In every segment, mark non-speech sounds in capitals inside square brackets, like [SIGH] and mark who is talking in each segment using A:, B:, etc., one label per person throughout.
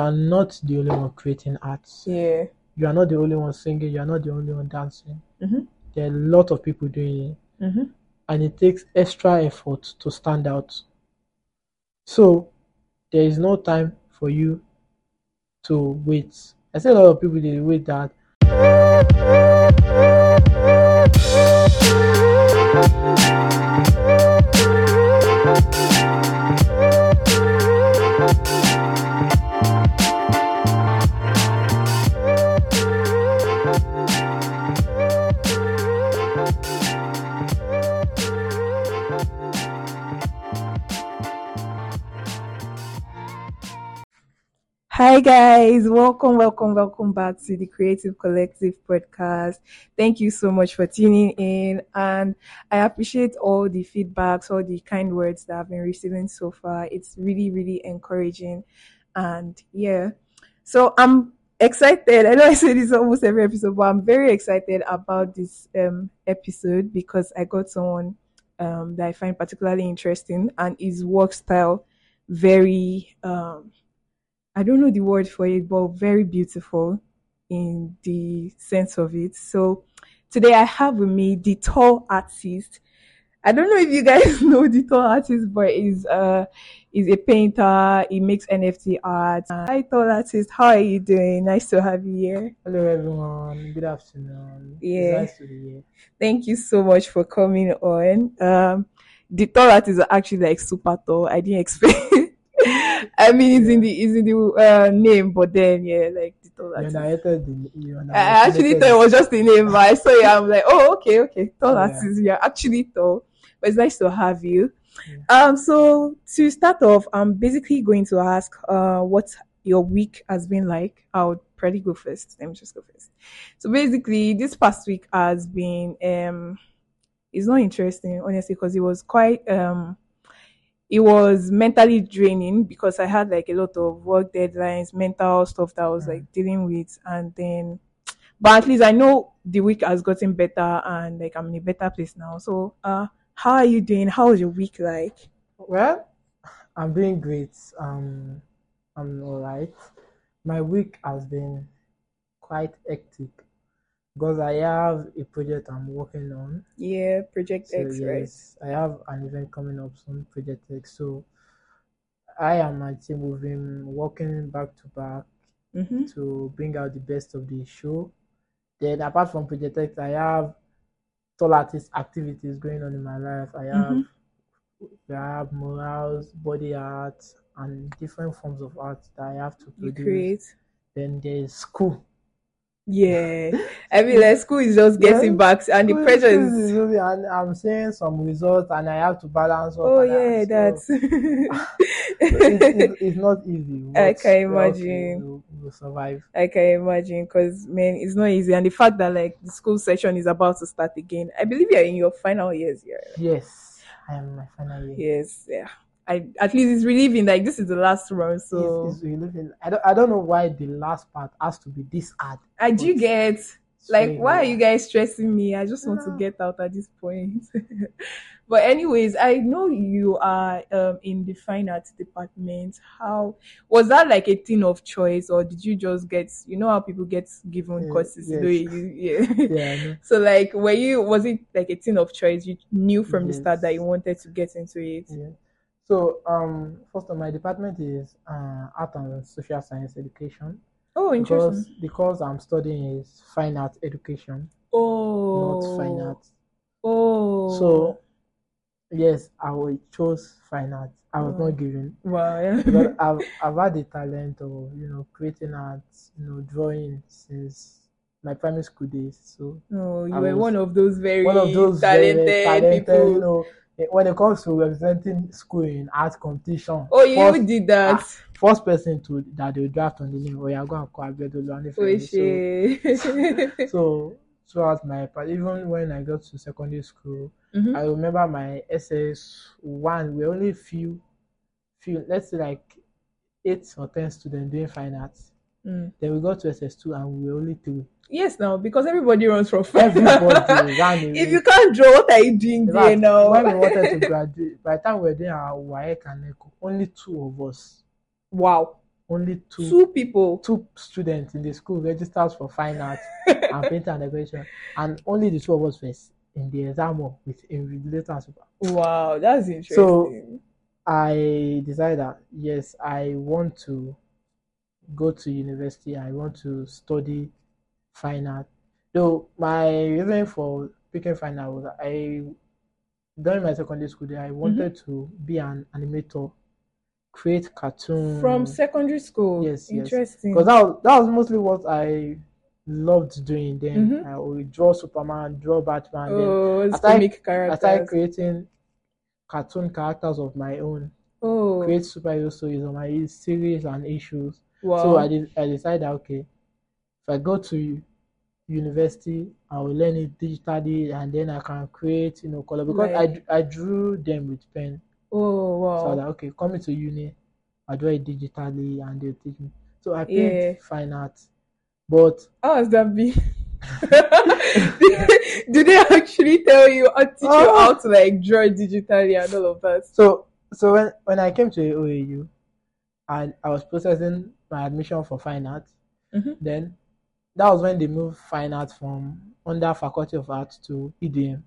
A: are not the only one creating arts.
B: Yeah.
A: You are not the only one singing. You are not the only one dancing.
B: Mhm.
A: There are a lot of people doing it,
B: Mm-hmm.
A: and it takes extra effort to stand out. So there is no time for you to wait. I see a lot of people they wait that
B: Hi guys, welcome, welcome, welcome back to the Creative Collective podcast. Thank you so much for tuning in and I appreciate all the feedbacks, all the kind words that I've been receiving so far. It's really, really encouraging and yeah. So I'm excited. I know I say this almost every episode, but I'm very excited about this um episode because I got someone um that I find particularly interesting and his work style very um I don't know the word for it, but very beautiful in the sense of it. So today I have with me the tall artist. I don't know if you guys [LAUGHS] know the tall artist, but is uh is a painter. He makes NFT art. Uh, Hi, tall artist. How are you doing? Nice to have you here.
A: hello everyone, good afternoon.
B: Yeah.
A: It's nice to be here.
B: Thank you so much for coming on. Um, the tall artist is actually like super tall. I didn't [LAUGHS] expect. I mean, it's in the it's in the uh, name, but then yeah, like the tall
A: You
B: artist.
A: underrated the you
B: I I actually
A: underestimated
B: thought it was just the name, but I saw it. I'm like, oh, okay, okay, tall
A: Yeah.
B: artist. You're actually tall, but it's nice to have you.
A: Yeah.
B: Um, so to start off, I'm basically going to ask, uh, what your week has been like. I would probably go first. Let me just go first. So basically, this past week has been um, it's not interesting honestly because it was quite um, it was mentally draining because I had like a lot of work deadlines, mental stuff that I was like dealing with, and then but at least I know the week has gotten better and like I'm in a better place now. So uh how are you doing? How was your week like?
A: Well, I'm doing great. Um, I'm all right. My week has been quite hectic because I have a project I'm working on.
B: Yeah, Project
A: So
B: X, right?
A: yes, I have an event coming up soon, Project X. So I and my team we've been working back to back
B: Mm-hmm.
A: to bring out the best of the show. Then apart from Project X, I have tall artist activities going on in my life. I have
B: Mhm.
A: I have murals, body art, and different forms of art that I have to
B: You
A: produce.
B: create.
A: Then there is school.
B: Yeah. I mean like school is just getting
A: Yeah.
B: back and the
A: School-
B: pressure
A: school is
B: is
A: really- and I'm seeing some results, and I have to balance up.
B: oh
A: And I,
B: yeah,
A: so
B: that's
A: it's,
B: [LAUGHS]
A: it's, it's not easy.
B: I
A: But
B: can
A: we're okay.
B: imagine.
A: We'll, we'll survive.
B: I can imagine because man, it's not easy. And the fact that like the school session is about to start again. I believe you're in your final years here.
A: Yes, I am in my final year.
B: Yes, yeah. I at least it's relieving. Like this is the last round,
A: It's,
B: so
A: it's relieving. I don't, I don't know why the last part has to be this hard.
B: I
A: but
B: do get.
A: it's
B: Like,
A: really
B: why are
A: hard.
B: you guys stressing me? I just want to
A: Yeah.
B: get out at this point. [LAUGHS] but anyways, I know you are um, in the fine arts department. How was that like a thing of choice, or did you just get? You know how people get given
A: Yeah,
B: courses, though
A: yes.
B: you,
A: [LAUGHS]
B: yeah.
A: Yeah, I know.
B: So like, were you? Was it like a thing of choice? You knew from the start that
A: Yes.
B: you wanted to get into it.
A: Yeah. So, um, first of my department is uh, art and social science education
B: Oh, interesting.
A: because because I'm studying is fine art education, not fine
B: Oh,
A: arts.
B: oh.
A: So yes, I will chose fine art. I was
B: Wow.
A: not
B: [LAUGHS]
A: given
B: Wow.
A: because
B: yeah.
A: I've I've had the talent of you know creating art, you know drawing since my primary school days. So
B: No, you
A: I
B: were one
A: was
B: of those
A: one of
B: very
A: those very, very
B: talented
A: talented, you
B: people.
A: know, eh, when it comes to representing school in art competition,
B: Oh, you
A: first
B: even did
A: ah,
B: that.
A: first person to that they will draft on the name, or you're going to call Abiodola
B: Oh,
A: Anifemi. So, Mm-hmm.
B: shit. [LAUGHS]
A: so throughout my part, even when I got to secondary school,
B: hmm
A: I remember my SS1, we only few, few, let's say like eight or ten students doing fine arts.
B: mm.
A: Then we got to SS2 and we were only
B: [LAUGHS]
A: three.
B: Yes, now, because everybody runs from [LAUGHS] fire.
A: Everybody ran
B: if you
A: away.
B: can't draw, what are you doing
A: In
B: there
A: fact,
B: now?
A: when we wanted to E graduate, by the time we were doing our WAEC and ECO, only two of us,
B: wow.
A: only two
B: Two people.
A: two students in the school registered for fine arts and painting and decoration, and only the two of us were in the exam hall with in related and super.
B: Wow, that's interesting.
A: I decided that yes, I want to go to university. I want to study fine art. Though my reason for picking fine art was I during my secondary school day
B: Mm-hmm.
A: I wanted to be an animator, create cartoon
B: From secondary school.
A: mm. Yes, yes.
B: Interesting.
A: because that was, that was mostly what I loved doing. Then
B: Mhm.
A: I would draw Superman, draw Batman.
B: oh, it's
A: I started- then
B: comic
A: I
B: characters.
A: started creating cartoon characters of my own,
B: oh,
A: create superhero stories on my series and issues.
B: wow.
A: So I did, I decided okay, if I go to university, I will learn it digitally, and then I can create you know color because I
B: Like-
A: d- I drew them with pen.
B: oh,
A: So I
B: wow.
A: was like, okay, coming to uni, I do it digitally and they teach me. So I picked
B: Yeah.
A: fine art, but
B: How has that
A: [LAUGHS]
B: been? [LAUGHS] Do they actually tell you or teach you
A: Oh.
B: how to like draw digitally and all of that?
A: so so when when I came to OAU, and I was processing my admission for fine art,
B: Mhm.
A: then that was when they moved fine art from under faculty of art to EDM.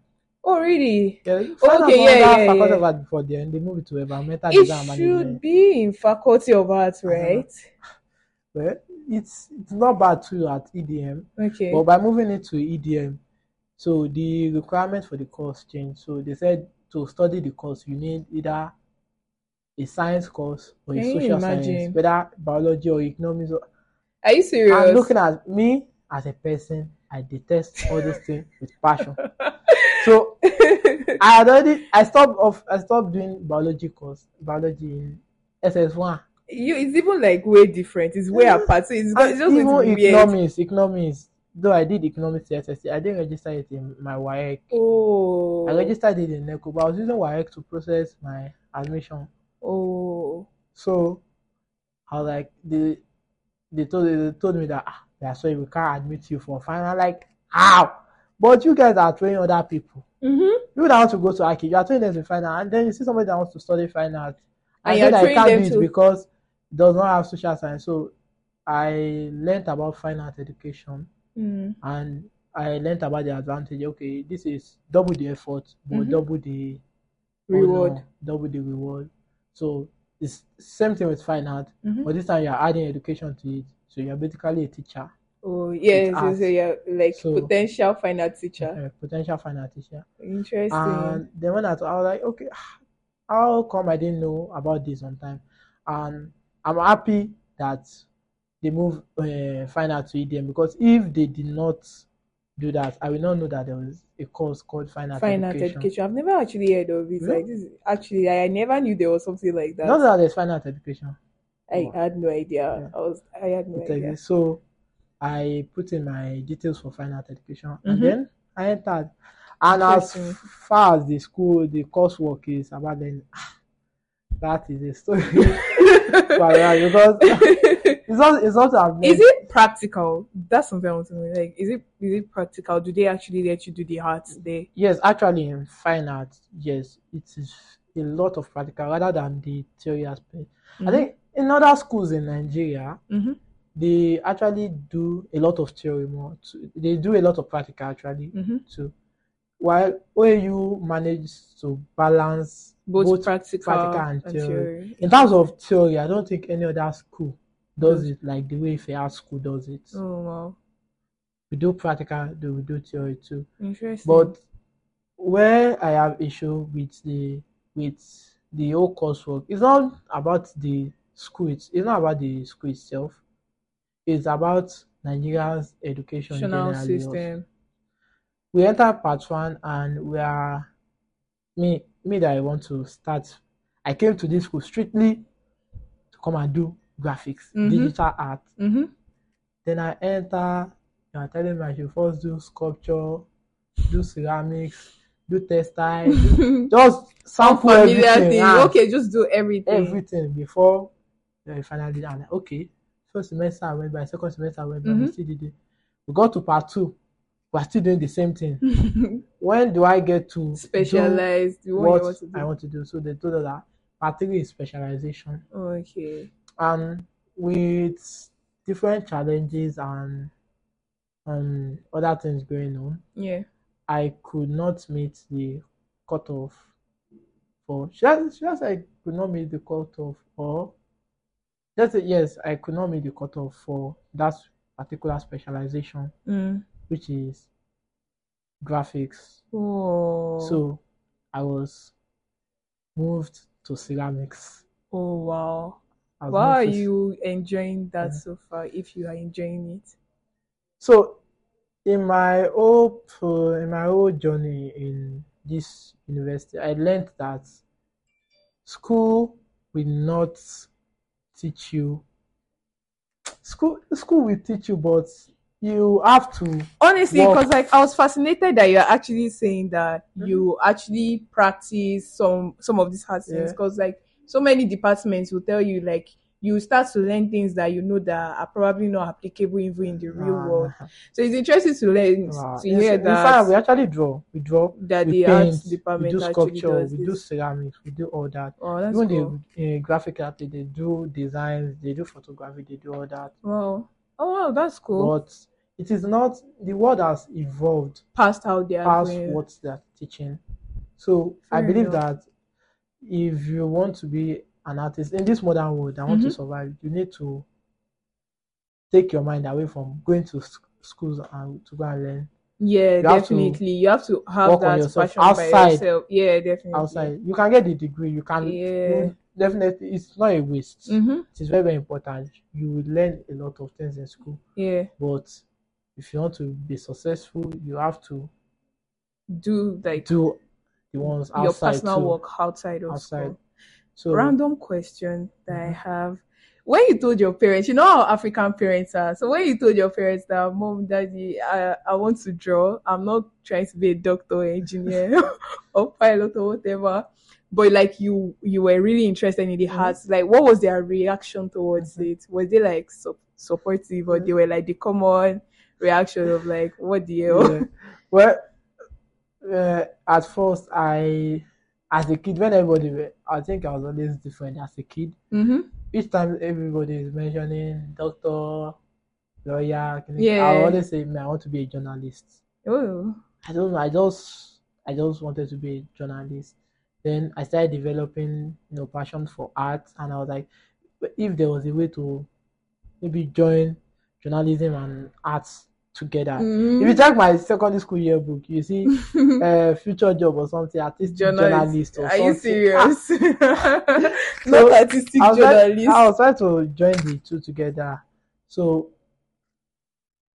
B: Oh, really?
A: Yeah, fine art
B: okay,
A: was
B: yeah,
A: under
B: yeah,
A: faculty
B: yeah.
A: of art before then they moved it to environmental design and
B: It should
A: management.
B: be in Faculty of Arts,
A: I don't know.
B: right?
A: Well, it's it's not bad too at E EDM.
B: Okay.
A: But by moving it to EDM, so the requirement for the course changed. So they said to study the course, you need either a science course or a
B: Can you
A: social
B: imagine?
A: science, whether biology or economics. Or,
B: Are you serious?
A: and looking at me as a person, I detest all these things with
B: [LAUGHS]
A: passion. So I had already I stopped off I stopped doing biology course biology in SS1.
B: you, it's even like way different. It's way apart. So it's, go-
A: Mm-hmm. And
B: it's just going to
A: even
B: be weird.
A: economics, economics. Though I did economics in SSC, I didn't register it in my E WAEC.
B: Oh.
A: I registered it in NECO, but I was using WAEC to process my admission.
B: Oh.
A: So I was like, they they told they told me that ah, that's why we can't admit you for fine. I'm like, how? But you guys are training other people.
B: Mm-hmm.
A: You don't want to go to Aki, you are training them in fine art, and then you see somebody that wants to study fine art.
B: And
A: I
B: you're
A: said I
B: training
A: can't
B: them
A: do it
B: to-
A: because it does not have social science. So I learnt about fine art education.
B: Mm.
A: and I learned about the advantage. Okay, this is double the effort, but
B: Mhm.
A: double the
B: Reward.
A: honor, double the reward. So it's same thing with fine art,
B: Mhm.
A: but this time you're adding education to it. So you're basically a teacher,
B: Oh, yes. So,
A: arts.
B: so you're like
A: So-
B: potential final teacher.
A: a potential fine art teacher.
B: Interesting.
A: And then when I thought, I was like, okay, how come I didn't know about this on time? And I'm happy that they moved uh, fine art to EDM because if they did not do that, I will not know that there was a course called fine art
B: Fine art
A: education.
B: education. I've never actually heard of it.
A: No?
B: Like this, is- actually, I, I never knew there was something like that.
A: Not that there's fine art education.
B: I had no idea.
A: Yeah.
B: I was, I had no
A: it
B: idea.
A: exists. So I put in my details for fine art education
B: Mhm.
A: and then I entered. And as
B: Interesting.
A: f- far as the school, the coursework is about then, ah, that is a story. [LAUGHS] But yeah, because
B: [LAUGHS]
A: it's not it's not I've
B: is
A: made
B: it practical? That's something I want to know. Like, is it is it practical? Do they actually let you do the art there?
A: yes actually in fine art yes it is a lot of practical rather than the theory aspect i
B: Mm-hmm.
A: think in other schools in nigeria
B: Mhm.
A: they actually do a lot of theory more too. they do a lot of practical actually
B: Mhm.
A: too while oau manages to balance
B: both,
A: both
B: practical,
A: practical
B: and
A: and
B: theory.
A: theory in terms of theory i don't think any other school does
B: Does-
A: it like the way fair school does it
B: oh wow,
A: we do practical they will do theory too
B: interesting.
A: but where i have issue with the with the whole coursework it's not about the school it's, it's not about the school itself it's about nigeria's education
B: National
A: generally
B: system.
A: we enter part one and we are me me that i want to start i came to this school strictly to come and do graphics
B: Mhm.
A: digital art
B: Mm-hmm.
A: then i enter you are telling me i should first do sculpture do ceramics do textile do just sample
B: Familiar
A: everything Ah,
B: thing.
A: and
B: Okay, just do everything.
A: everything before the final day and uh, okay first semester i went by second semester i went by we
B: Mhm.
A: still did it we got to part two we are still doing the same thing
B: [LAUGHS]
A: when do i get to do
B: Specialized. You
A: what
B: want you want to do.
A: i want to do so they told us that part three is specialization
B: Okay.
A: and with different challenges and um other things going on,
B: Yeah.
A: I could not meet the cutoff for should I, should I say I could not meet the cutoff or just yes, I could not meet the cutoff for that particular specialization,
B: Mm.
A: which is graphics.
B: Oh.
A: So I was moved to ceramics.
B: Oh wow.
A: I was
B: Why are
A: moved to-
B: you enjoying that
A: Yeah.
B: so far? If you are enjoying it.
A: So in my whole pro- in my whole journey in this university, I learned that school will not teach you. School school will teach you, but you have to.
B: honestly
A: Well-
B: because like i was fascinated that you're actually saying that you actually practice some some of these hard things
A: Yeah.
B: because like so many departments will tell you like you start to learn things that you know that are probably not applicable even in the real
A: Nah,
B: world
A: nah,
B: so it's interesting to learn
A: nah.
B: Ah, uh-huh. to
A: In-
B: hear
A: ah, in fact, we
B: that
A: actually draw. We draw.
B: that
A: we
B: the arts
A: paint, we
B: department
A: do
B: actually
A: sculpture,
B: does
A: we do
B: this
A: ceramics, we do all that.
B: oh that's
A: Even
B: cool
A: the uh, graphic art, they they do designs, they do photography, they do all that.
B: wow oh wow that's cool
A: But it is not the world has evolved
B: past how they are
A: past
B: going
A: what they're teaching. So I
B: Fair
A: believe
B: enough.
A: that if you want to be an artist in this modern world and want to
B: Mhm.
A: survive, you need to take your mind away from going to s- schools and to go and learn.
B: yeah
A: You have to
B: definitely you have to have
A: work on
B: that
A: yourself
B: passion by
A: outside
B: yourself yeah definitely
A: outside. You can get the degree. You can
B: yeah
A: you definitely. It's not a waste.
B: mm-hmm.
A: It is very very important. You will learn a lot of things in school,
B: yeah
A: but if you want to be successful, you have to
B: do like
A: do the ones
B: your
A: outside
B: personal
A: too.
B: work outside of
A: Outside.
B: school
A: So
B: random question that i
A: mhm.
B: have when you told your parents you know how african parents are so when you told your parents that mom daddy i, I want to draw i'm not trying to be a doctor or engineer [LAUGHS] or pilot or whatever but like you you were really interested in the
A: Mhm.
B: arts like what was their reaction towards
A: Mhm.
B: it were they like su- supportive or
A: Yeah.
B: they were like the common reaction of like what the hell
A: Yeah. Well, uh, at first, I, as a kid, when everybody, were- I think I was always different as a kid.
B: mm-hmm.
A: Each time everybody is mentioning doctor, lawyer, clinic, I
B: yeah
A: always say, "Me, I want to be a journalist."
B: oh
A: I don't know. I just, I just wanted to be a journalist. Then I started developing, you know, passion for art, and I was like, if there was a way to maybe join journalism and arts together. If you
B: mm
A: check my secondary school yearbook, you see
B: Mm-hmm. [LAUGHS]
A: uh, future job or something, artistic
B: journalist.
A: journalist or
B: Are you
A: something. Ah,
B: [LAUGHS] serious? Not
A: so
B: artistic
A: I was like, I
B: journalist.
A: was trying to join the two together. So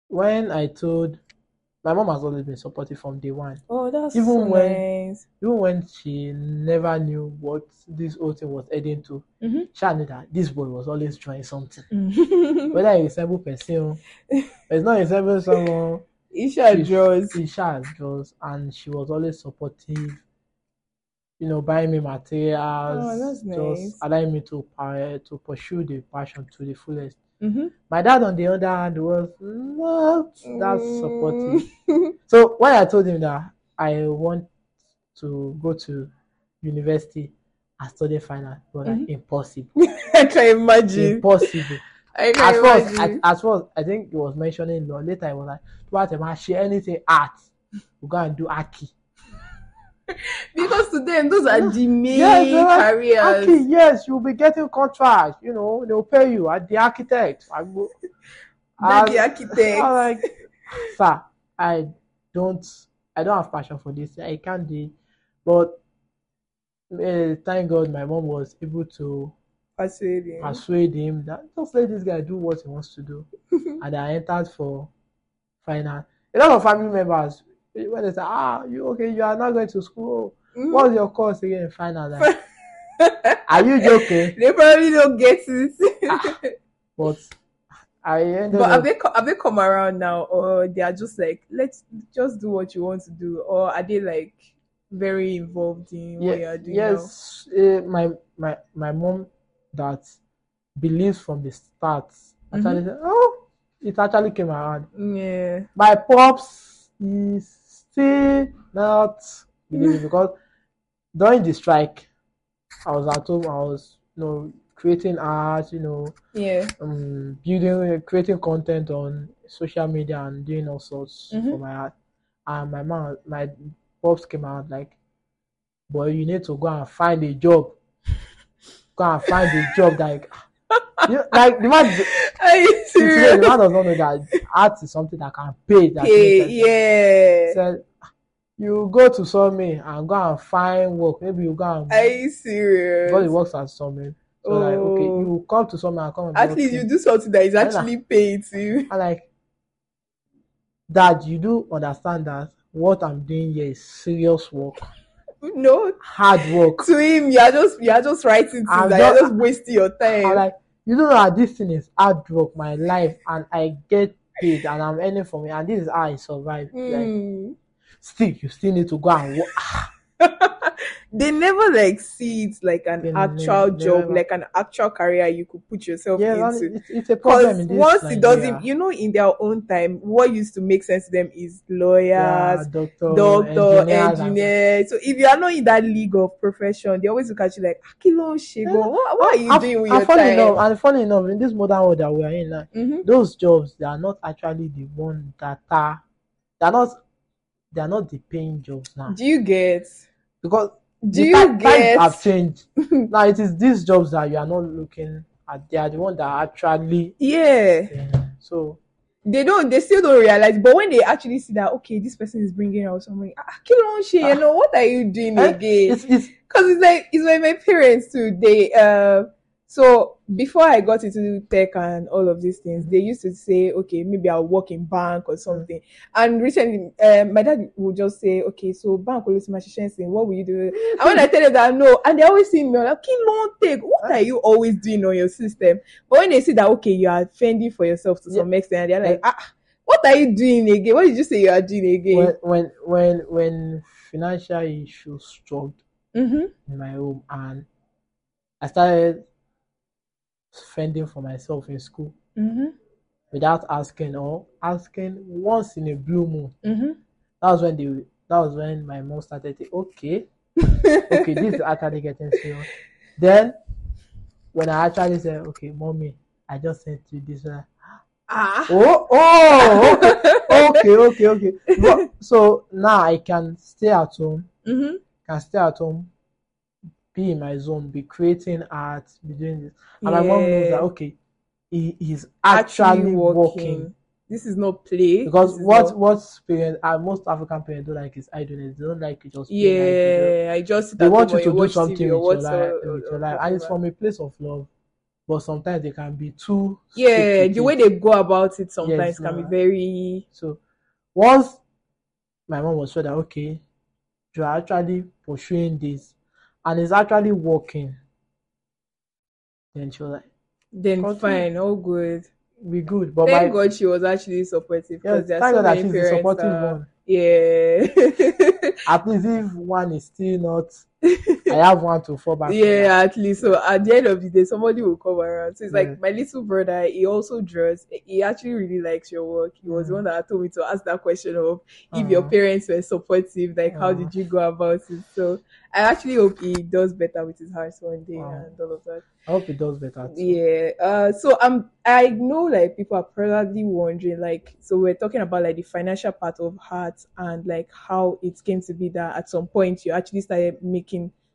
A: when I told my mom has always been supportive from day one,
B: Oh, that's so
A: even when
B: nice. [LAUGHS]
A: even when she never knew what this whole thing was heading to,
B: Mhm.
A: she knew that this boy was always trying something.
B: Mm.
A: Whether he resemble
B: [LAUGHS]
A: person, it's not resemble someone.
B: Isha
A: she's
B: draws.
A: Isha draws and she was always supportive, you know, buying me
B: Oh,
A: materials,
B: that's
A: just
B: nice.
A: allowing me to uh, to pursue the passion to the fullest.
B: Mm-hmm.
A: My dad, on the other hand, was not that supportive.
B: Mm.
A: So when I told him that I want to go to university and study finance, he was like,
B: Mhm.
A: impossible,
B: [LAUGHS] I can imagine.
A: impossible.
B: I
A: At
B: can
A: first, at,
B: imagine.
A: at first, I think he was mentioning law. Later, he was like, "What am I? Share anything art? We go and do aki."
B: Because to them, those are the
A: Yes, they're
B: main
A: like,
B: careers.
A: Aki, yes, you'll be getting contract, you know, they'll pay you at the architect. I go, as,
B: Daddy [LAUGHS]
A: I'm
B: architect.
A: like, [LAUGHS] sir, I don't, I don't have passion for this. I can't do it. But uh, thank God my mom was able to
B: Fascinating.
A: persuade him that just let this guy do what he wants to do. And I entered for finance. A lot of family members, eh, when they say, ah, you okay, you are not going to school.
B: Mm.
A: What's your course again in finance? Like, are you joking?
B: they probably don't get
A: Ah,
B: it. [LAUGHS]
A: but I ended
B: But have
A: up
B: they co- have they come around now, or they are just like let's just do what you want to do, or are they like very involved in what
A: yeah
B: you are doing now?
A: yes uh, my my my mom that believes from the start actually
B: Mm-hmm.
A: said, oh it actually came around
B: Yeah.
A: my pops is still not
B: [LAUGHS]
A: believing because during the strike I was at home I was you know creating art, you know,
B: Yeah.
A: um, building, creating content on social media and doing all sorts for
B: Mhm.
A: my art. And my mom, my pops came out like, boy, you need to go and find a job. Go and find a job. Like, [LAUGHS] you, like the man,
B: Are you
A: till today, the
B: serious?
A: man does not know that art is something that can pay. That
B: Hey,
A: makes sense. He
B: yeah.
A: said, you go to sawmill and go and find work. Maybe you go and
B: Are you
A: because he
B: serious?
A: works at sawmill. So like, okay,
B: Oh.
A: you come to sawmill and come and
B: At
A: work.
B: least
A: here.
B: you do something that is
A: Then I-
B: actually paid to you. [LAUGHS]
A: I'm like, Dad, you do understand that what I'm doing here is serious work,
B: No,
A: hard work.
B: to him, you are just you are just writing things.
A: I'm
B: and You're
A: just-
B: just wasting your
A: I'm
B: time.
A: like, you don't know that this thing is hard work, my life, and I get paid and I'm earning from it, and this is how I survive. Like,
B: Hmm.
A: still, you still need to go and work.
B: They never like see it like an
A: They
B: actual
A: ne-
B: job,
A: never-
B: like an actual career you could put yourself
A: Yeah,
B: into.
A: and it's, it's a problem
B: Because
A: in this
B: once it doesn't,
A: Nigeria.
B: you know, in their own time, what used to make sense to them is
A: Yeah,
B: lawyers,
A: doctor,
B: doctor,
A: engineers, and
B: engineer. So if you are not in that league of profession, they always look at you like, "Ah, Akilo Shego, what, what are you
A: and,
B: doing with
A: and
B: your
A: funny enough,
B: time?
A: and funny enough, in this modern world that we are in now,
B: hmm
A: those jobs they are not actually the one that are they are not they are not the paying jobs now
B: Do you get?
A: because
B: Do
A: the
B: you
A: ti- times
B: get?
A: have
B: [LAUGHS]
A: changed. Now it is these jobs that you are not looking at. They are the one that are actually
B: yeah.
A: paying. So
B: They don't. They still don't realize. But when they actually see that, okay, this person is bringing out some money. Akilo Shego, you
A: ah,
B: know, what are you doing
A: eh,
B: again?
A: it's it's
B: Cause it's like it's like my parents too. They uh so before I got into tech and all of these things, they used to say, okay, maybe I'll work in bank or
A: mm,
B: something. And recently, um, my dad would just say, okay, so bank will lose my What will you do? And when I tell them that no, and they always see me I'm like, Kimon, take. What
A: ah,
B: are you always doing on your system? But when they see that, okay, you are fending for yourself to
A: yeah.
B: some extent, they're like,
A: Like
B: ah, what are you doing again? What did you say you are doing
A: when
B: again?
A: when when when financial issues struggled
B: Mm-hmm.
A: in my home and I started spending for myself in school
B: Mm-hmm.
A: without asking or asking once in a blue moon.
B: Mm-hmm.
A: that was when they that was when my mom started to,
B: [LAUGHS]
A: okay okay this is actually getting serious then when i actually said okay mommy i just sent you this one
B: ah.
A: oh oh okay okay okay okay but so now i can stay at home
B: [LAUGHS] mm-hmm.
A: can stay at home be in my zone be creating art be doing this and my mom knows that
B: Yeah,
A: okay he is
B: actually
A: actually working
B: working. This is not play.
A: because
B: This is
A: what
B: not.
A: what parents and most african parents don't like is idleness they don't like you just being idle They don't-
B: Yeah, I just sit
A: they
B: at home
A: want you
B: or
A: to
B: you
A: do
B: watch uh, TV
A: something with
B: or
A: your
B: what's
A: life
B: or, or,
A: with your
B: or
A: life and it's
B: whatever.
A: from a place of love but sometimes they can be too strict
B: Yeah,
A: with
B: the way
A: it
B: they go about it
A: yeah
B: sometimes
A: it's
B: can be
A: not
B: very.
A: so once my mom was sure that okay you are actually pursuing this and it's actually working then she was like
B: Then
A: continue
B: fine, all good.
A: be good but my
B: Thank God she was actually supportive
A: yes
B: because there are
A: thank
B: so
A: god that
B: many
A: she's the
B: parents.
A: supportive
B: Uh,
A: one
B: yeah, [LAUGHS]
A: at least if one is still not i have one to fall back on that
B: yeah. At least so at the end of the day, somebody will come around. So it's
A: yeah
B: like my little brother. He also draws. He actually really likes your work. He was the
A: mm.
B: one that told me to ask that question of if your
A: Mm.
B: parents were supportive, like how
A: Mm.
B: did you go about it. So I actually hope he does better with his house one day
A: Wow.
B: and all of that.
A: i hope it does better too
B: Yeah. Uh. So um, I know like people are probably wondering like, so we're talking about like the financial part of art and like how it came to be that at some point you actually started making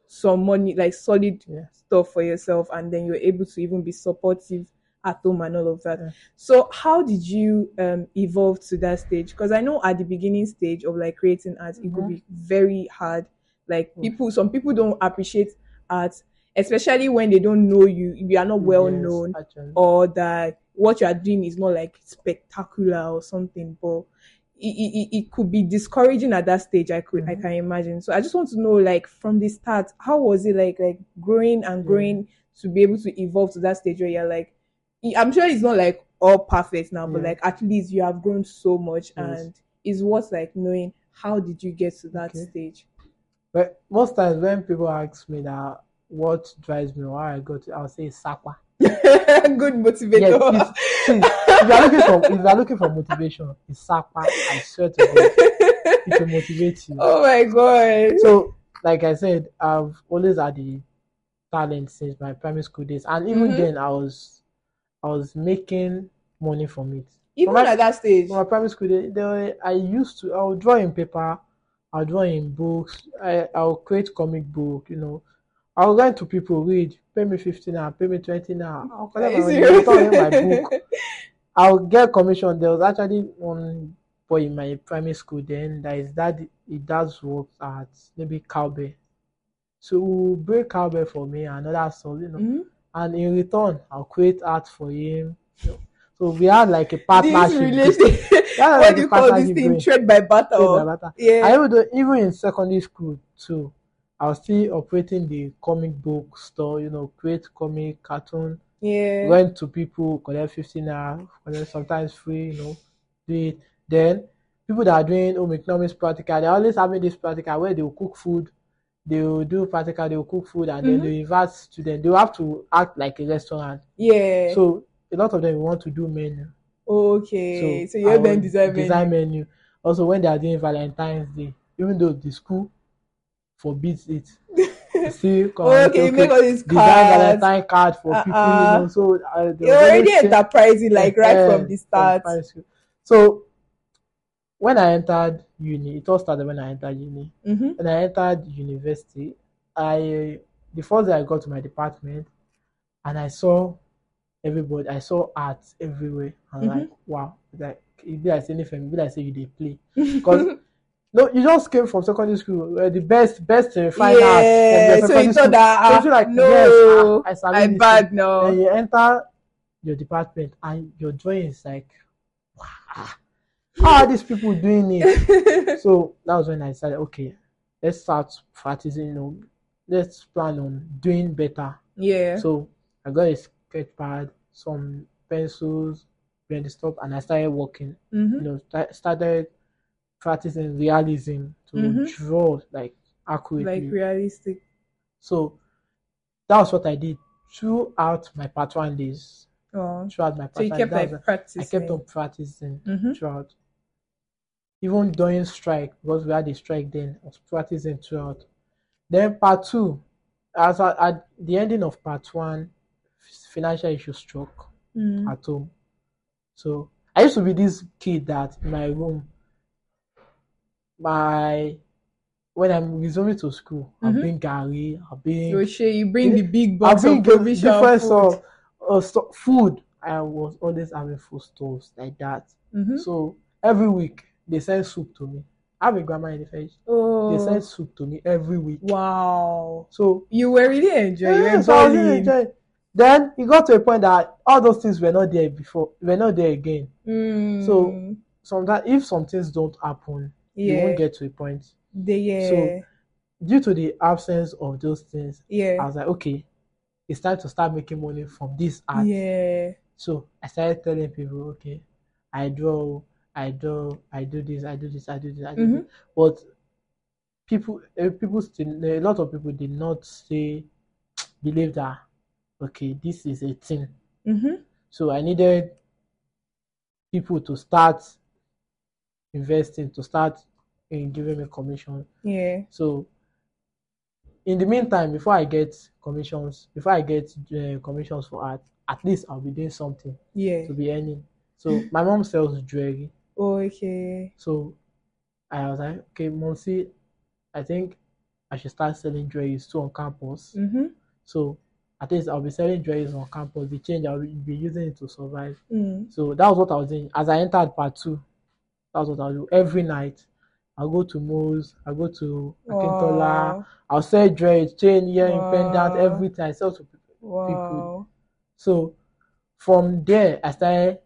B: some money, like solid
A: yeah
B: stuff for yourself, and then you're able to even be supportive at home and all of that.
A: yeah
B: So how did you um evolve to that stage? Because I know at the beginning stage of like creating art, it could
A: mm-hmm. Mm.
B: be very hard. Like people, some people don't appreciate art especially when they don't know you, you are not well
A: Yes,
B: known,
A: actually.
B: or that what you are doing is not like spectacular or something. But it, it, it it could be discouraging at that stage. I could I
A: Mm-hmm.
B: can imagine. So I just want to know, like from the start, how was it like like growing and
A: Yeah,
B: growing to be able to evolve to that stage where you're like, I'm sure it's not like all perfect now, but
A: yeah,
B: like at least you have grown so much,
A: yes.
B: and it's worth like knowing how did you get to that
A: Okay.
B: stage. [LAUGHS]
A: But most times when people ask me that what drives me, why I go to, I'll say sakwa.
B: Good
A: Yes,
B: motivator.
A: it's see if you are looking for if you are looking for motivation, it's sakwa. I swear to God,
B: [LAUGHS]
A: it will motivate you.
B: oh my Oh god.
A: So, like I said, I've always had the talent since my primary school days, and even
B: Mhm.
A: then I was I was making money from it.
B: Even
A: Well,
B: at that stage.
A: From my primary school days, there were- I used to I would draw in paper, I would draw in books, I I would create comic book, you know. I would write to people, read, pay me fifteen now, pay me twenty now. I'll
B: Are
A: collect
B: you
A: my money, I'll turn in my book.
B: [LAUGHS] serious?
A: I'll get commission. There was actually one boy in my primary school then that his dad he does work at maybe cowbell. So he will break cowbell for me and other stuff, you know.
B: Mhm.
A: And in return, I'll create art for him. you know. So we had like a
B: This
A: partnership. [LAUGHS]
B: relationship,
A: That was
B: [LAUGHS] what
A: like
B: do
A: a
B: you call this
A: partnership
B: thing?
A: going.
B: Trade by
A: Trade by
B: battle.
A: barter. I
B: Yeah.
A: even though even in secondary school too, I was still operating the comic book store, you know, create comic cartoon
B: Yeah.
A: rent to people, collect 15 naira, collect sometimes free, you know, do it. Then people that are doing home economics practical, they're always having this practical where they will cook food, they will do practical, they will cook food, and then
B: Mhm.
A: they invite students. They will have to act like a restaurant.
B: Yeah.
A: So a lot of them want to do menu.
B: Okay.
A: So
B: Eh, So you
A: I
B: help them
A: would
B: design
A: design
B: menu.
A: menu. Also, when they are doing Valentine's Day, even though the school forbids it,
B: [LAUGHS]
A: you still come and say,
B: Oh, Okay, you make
A: okay,
B: all these
A: design
B: cards.
A: Valentine card for people, you
B: Uh-uh.
A: know. So uh, there
B: You're
A: was
B: already
A: always change
B: enterprising, like right from
A: uh, from
B: the start.
A: primary school. So when I entered uni, it all started when I entered uni.
B: Mm-hmm. [LAUGHS]
A: When I entered university, I the first day I got to my department and I saw everybody, I saw art everywhere. And
B: Mm-hmm.
A: like, wow, like it be like say anything, be like say you dey play. Because
B: Mm-hmm.
A: no, you just came from secondary school, uh, the best, best uh, fine art from your
B: yeah. So
A: secondary
B: you thought
A: school.
B: that
A: So you
B: ah
A: feel like, yes, ah,
B: no,
A: I
B: I
A: sabi this thing.
B: bad oh.
A: Then
B: now.
A: you enter your department and your drawing is like, wow, Ah, how are these people doing it? So that was when I decided, okay, let's start practicing, you know, let's plan on doing better.
B: [LAUGHS] yeah.
A: So I got a sketchpad, some pencils, blend stuff, and I started working. You
B: Mm-hmm.
A: know, sta- started practicing realism to
B: Mm-hmm.
A: draw like
B: Like
A: accurately.
B: realistic.
A: So that was what I did throughout my part one days.
B: Oh.
A: Throughout my
B: So
A: part
B: you
A: one,
B: kept
A: that was,
B: like
A: I kept on
B: practicing.
A: practicing
B: Mm-hmm.
A: throughout. Even during strike, because we had a strike then, I was practicing throughout. Then part two, as at, at the ending of part one, financial issue struck
B: Mm.
A: at home. So I used to be this kid that in my room, my when I'm resuming to school, I'll
B: Mm-hmm.
A: bring Gary, I'll
B: You
A: bring
B: will share. You bring the
A: di-
B: big
A: I'll
B: box
A: bring
B: of
A: the
B: provision
A: different
B: food.
A: sort of uh, sto- food. I was always having food stores like that.
B: Mm-hmm.
A: So every week they send soup to me. I have a grandma in the village. They send
B: Oh
A: soup to me every week.
B: wow!
A: So
B: You were really enjoying. You
A: yeah,
B: were
A: so Hmm, I was really
B: balling.
A: enjoying. Then it got to a point that all those things were not there before, were not there again. So
B: Mm.
A: sometimes if some things don't happen, you won't
B: Yeah.
A: get to a point.
B: The
A: So
B: yeah.
A: due to the absence of those things,
B: Yeah.
A: I was like, okay, it's time to start making money from this art.
B: Yeah.
A: So I started telling people, okay, I draw, I draw, I do this, I do this, I do this, I do this.
B: Mm-hmm.
A: But people, eh, people still, a lot of people did not say, believe that, okay, this is a thing.
B: Mm-hmm.
A: So I needed people to start investing, to start in giving me commission.
B: Yeah.
A: So in the meantime, before I get commissions, before I get uh, commissions for art, at least I'll be doing something
B: Yeah.
A: to be earning. So my mom sells jewelry.
B: Okay.
A: So I was like, okay, mom, see, I think I should start selling jewelry too on campus.
B: Mm-hmm.
A: So at least I'll be selling jewelry on campus. The change I'll be using it to survive.
B: Mm.
A: So that was what I was doing. As I entered part two, that's what I do every night. I go to Moose, I go to Akintola,
B: Wow.
A: I'll sell dreads, chain, earring, pendant,
B: Wow.
A: everything I sell to pe- people.
B: Wow.
A: So from there, I started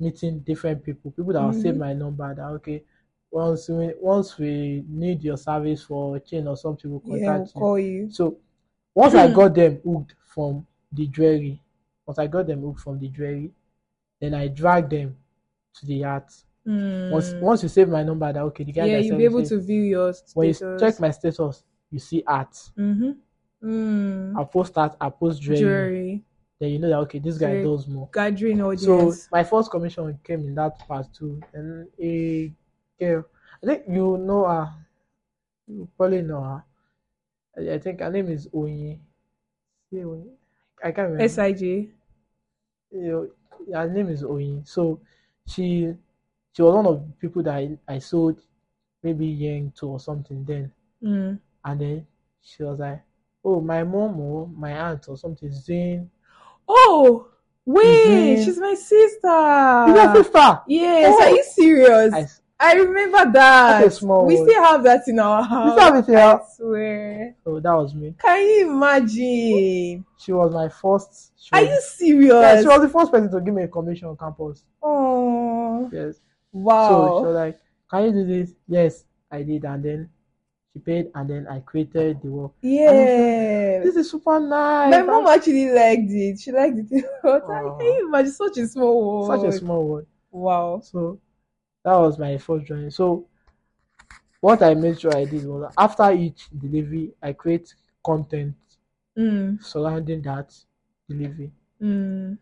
A: meeting different people, people that will save
B: Mm-hmm.
A: my number. That okay, once we once we need your service for chain or something, we'll
B: Yeah, we'll
A: contact you.
B: call you. Mm-hmm.
A: So once I got them hooked from the jewelry, once I got them hooked from the jewelry, then I dragged them to the art once
B: Mm.
A: once you save my number that okay the guy
B: Yeah,
A: that
B: you'll be
A: sent
B: able
A: says
B: to view your
A: when you check
B: status.
A: my status you see art
B: Mm-hmm. Mm.
A: i post art i post jewelry
B: Jury.
A: then you know that okay this
B: So
A: guy
B: you're
A: does more
B: gathering
A: so
B: audience.
A: my first commission came in that part too and a girl i think you know her you probably know her i I think her name is oyin Yeah, Oyin. I can't remember.
B: Sij.
A: you know, her name is Oyin. So she she was one of the people that I, I sold maybe yen to or something then.
B: Mm.
A: And then she was like, Oh, my mom or my aunt or something is doing
B: Oh wait,
A: Mhm.
B: she's my sister.
A: She's your sister.
B: Yes,
A: Oh.
B: are you serious?
A: I
B: I,
A: s-
B: remember that.
A: Such a small
B: we
A: world.
B: still have that in our
A: you
B: house.
A: still have it
B: I
A: here.
B: swear.
A: So that was me.
B: Can you imagine?
A: She was my first she
B: Are
A: was,
B: you serious?
A: yeah, she was the first person to give me a commission on campus.
B: Oh
A: Yes. So she was
B: wow.
A: like, Can you do this? Yes, I did and then she paid and then I created the work. [LAUGHS]
B: yeah.
A: This is super nice.
B: My
A: I'm
B: mom actually liked it. She liked it. [LAUGHS] a lot. Can you imagine such a small
A: such a
B: world?
A: small world.
B: Wow.
A: So that was my first drawing. So what I made sure I did was after each delivery, I create content
B: Mm,
A: surrounding that delivery.
B: mm,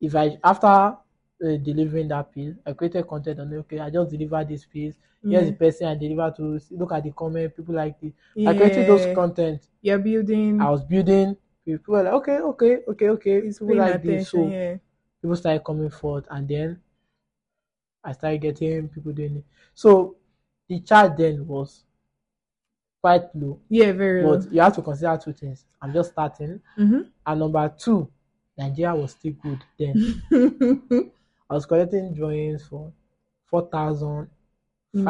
A: If I after uh, delivering that piece, I created content on okay, I just delivered this piece. Here's
B: yeah.
A: the person I delivered to. See- Look at the comment, people like it. I created those
B: Yeah.
A: content.
B: You're building.
A: I was building. People were like, okay, okay, okay, okay.
B: It's
A: People
B: paying
A: like this,
B: attention.
A: so
B: Yeah.
A: people started coming forth, and then I started getting people doing it. So the charge then was quite low,
B: Yeah. Very low.
A: but you have to consider two things. I'm just starting, and number two, Nigeria was still good then.
B: [LAUGHS] Mm-hmm. [LAUGHS]
A: I was collecting drawings for 4,000, 5,000,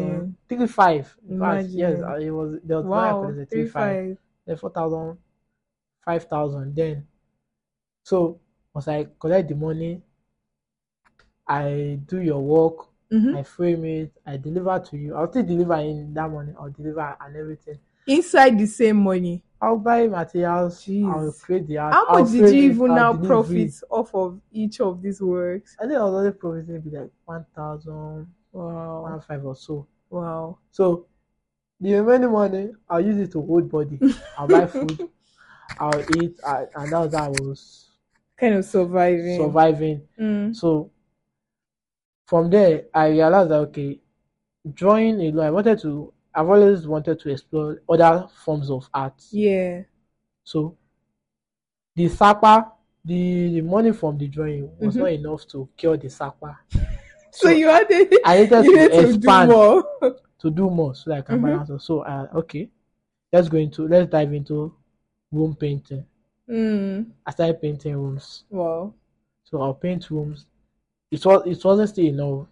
B: Imagine.
A: 35. In fact, yes,
B: Imagine.
A: I- it was there was one I
B: Wow.
A: collected
B: Three
A: 35,
B: five.
A: then 4,000, 5,000. Then, so once I collect the money, I do your work,
B: Mm-hmm.
A: I frame it, I deliver to you. I'll still deliver in that morning, I'll deliver and everything.
B: Inside the same money.
A: I'll buy materials, I'll
B: Jeez.
A: create the art,
B: How
A: I'll
B: much did
A: frame
B: you
A: it,
B: even
A: I'll
B: now
A: deliver
B: profit
A: it.
B: off of each of these works?
A: I think I was only profiting be like 1,000,
B: Wow.
A: 1,500 or so.
B: Wow.
A: So the remaining money, I'll use it to hold body. I'll
B: [LAUGHS]
A: buy food, I'll eat, I, and that was how I was
B: kind of surviving.
A: surviving.
B: Mm.
A: So from there, I realized that okay, drawing alone, I wanted to, I've always wanted to explore other forms of art.
B: Yeah.
A: So the sapa the the money from the drawing was
B: Mhm.
A: not enough to cure the sapa
B: [LAUGHS]
A: so
B: So, you had [LAUGHS] to,
A: i needed
B: you
A: to
B: had to do
A: expand
B: more. [LAUGHS]
A: to do more so that i can
B: Mhm.
A: balance out. so uh, okay let's go into let's dive into room painting
B: Mm.
A: i started painting rooms
B: Wow.
A: so i'll paint rooms it was it wasn't still enough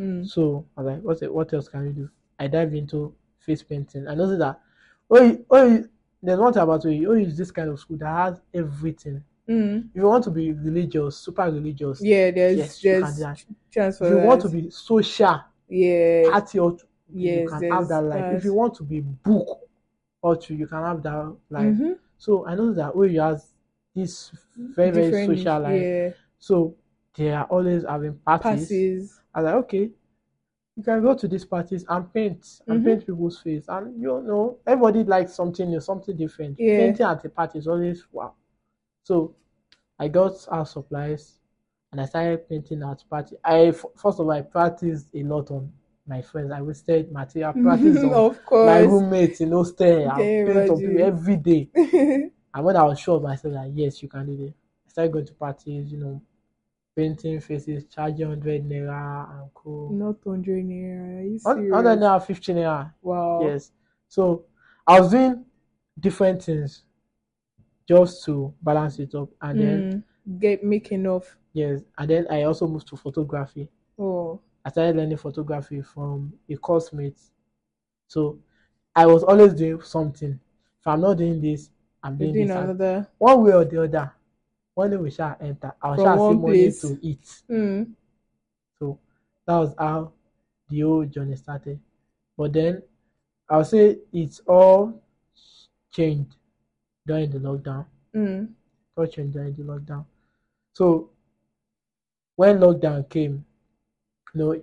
A: Mm-hmm.
B: Mm.
A: so i was like what, e- what else can we do i dive into face painting i noticed that oh you- oh you- there's one thing about oh is this kind of school that has everything
B: Mm.
A: if you want to be religious super religious
B: Yeah. There's
A: yes you can do
B: there's
A: that
B: chance
A: if
B: for
A: you want to
B: that.
A: be social
B: Yeah.
A: party or you
B: Yes.
A: can have
B: There's
A: that life if
B: that.
A: you want to be book or two you can have that life
B: Mhm.
A: so i know that oh you have this very very
B: Different.
A: social life
B: Yeah.
A: so they are always having parties
B: Passes.
A: i was like okay you can go to these parties and paint and
B: Mhm.
A: paint people's face and you know everybody likes something new something different
B: Yeah.
A: painting at a party is always wow so I got our supplies and I started painting at party. I f- first of all I practiced a lot on my friends. I wasted material. I practiced on
B: [LAUGHS] of
A: my
B: course.
A: roommates in hostel. I
B: Can you
A: paint on people
B: imagine?
A: every day. And when I was sure of myself that yes, you can do this, I started going to parties. You know, painting faces, charging hundred naira and cool.
B: [LAUGHS] Not hundred naira. Are
A: Hundred
B: you serious? Oh.
A: naira, fifty naira.
B: Wow.
A: Yes. So I was doing different things just to balance it up, and then
B: Mm. Get make enough.
A: yes, and then I also moved to photography.
B: Oh.
A: I started learning photography from a coursemate. So I was always doing something. If I'm not doing this, I'm doing
B: You're doing
A: this. And
B: another
A: one way or the other, one day we shall enter. I
B: from
A: shall see
B: one
A: money
B: place.
A: to eat.
B: Mm.
A: So that was how the whole journey started. But then I'll say it's all changed during the lockdown.
B: Mm.
A: It all changed during the lockdown. So when lockdown came, you know,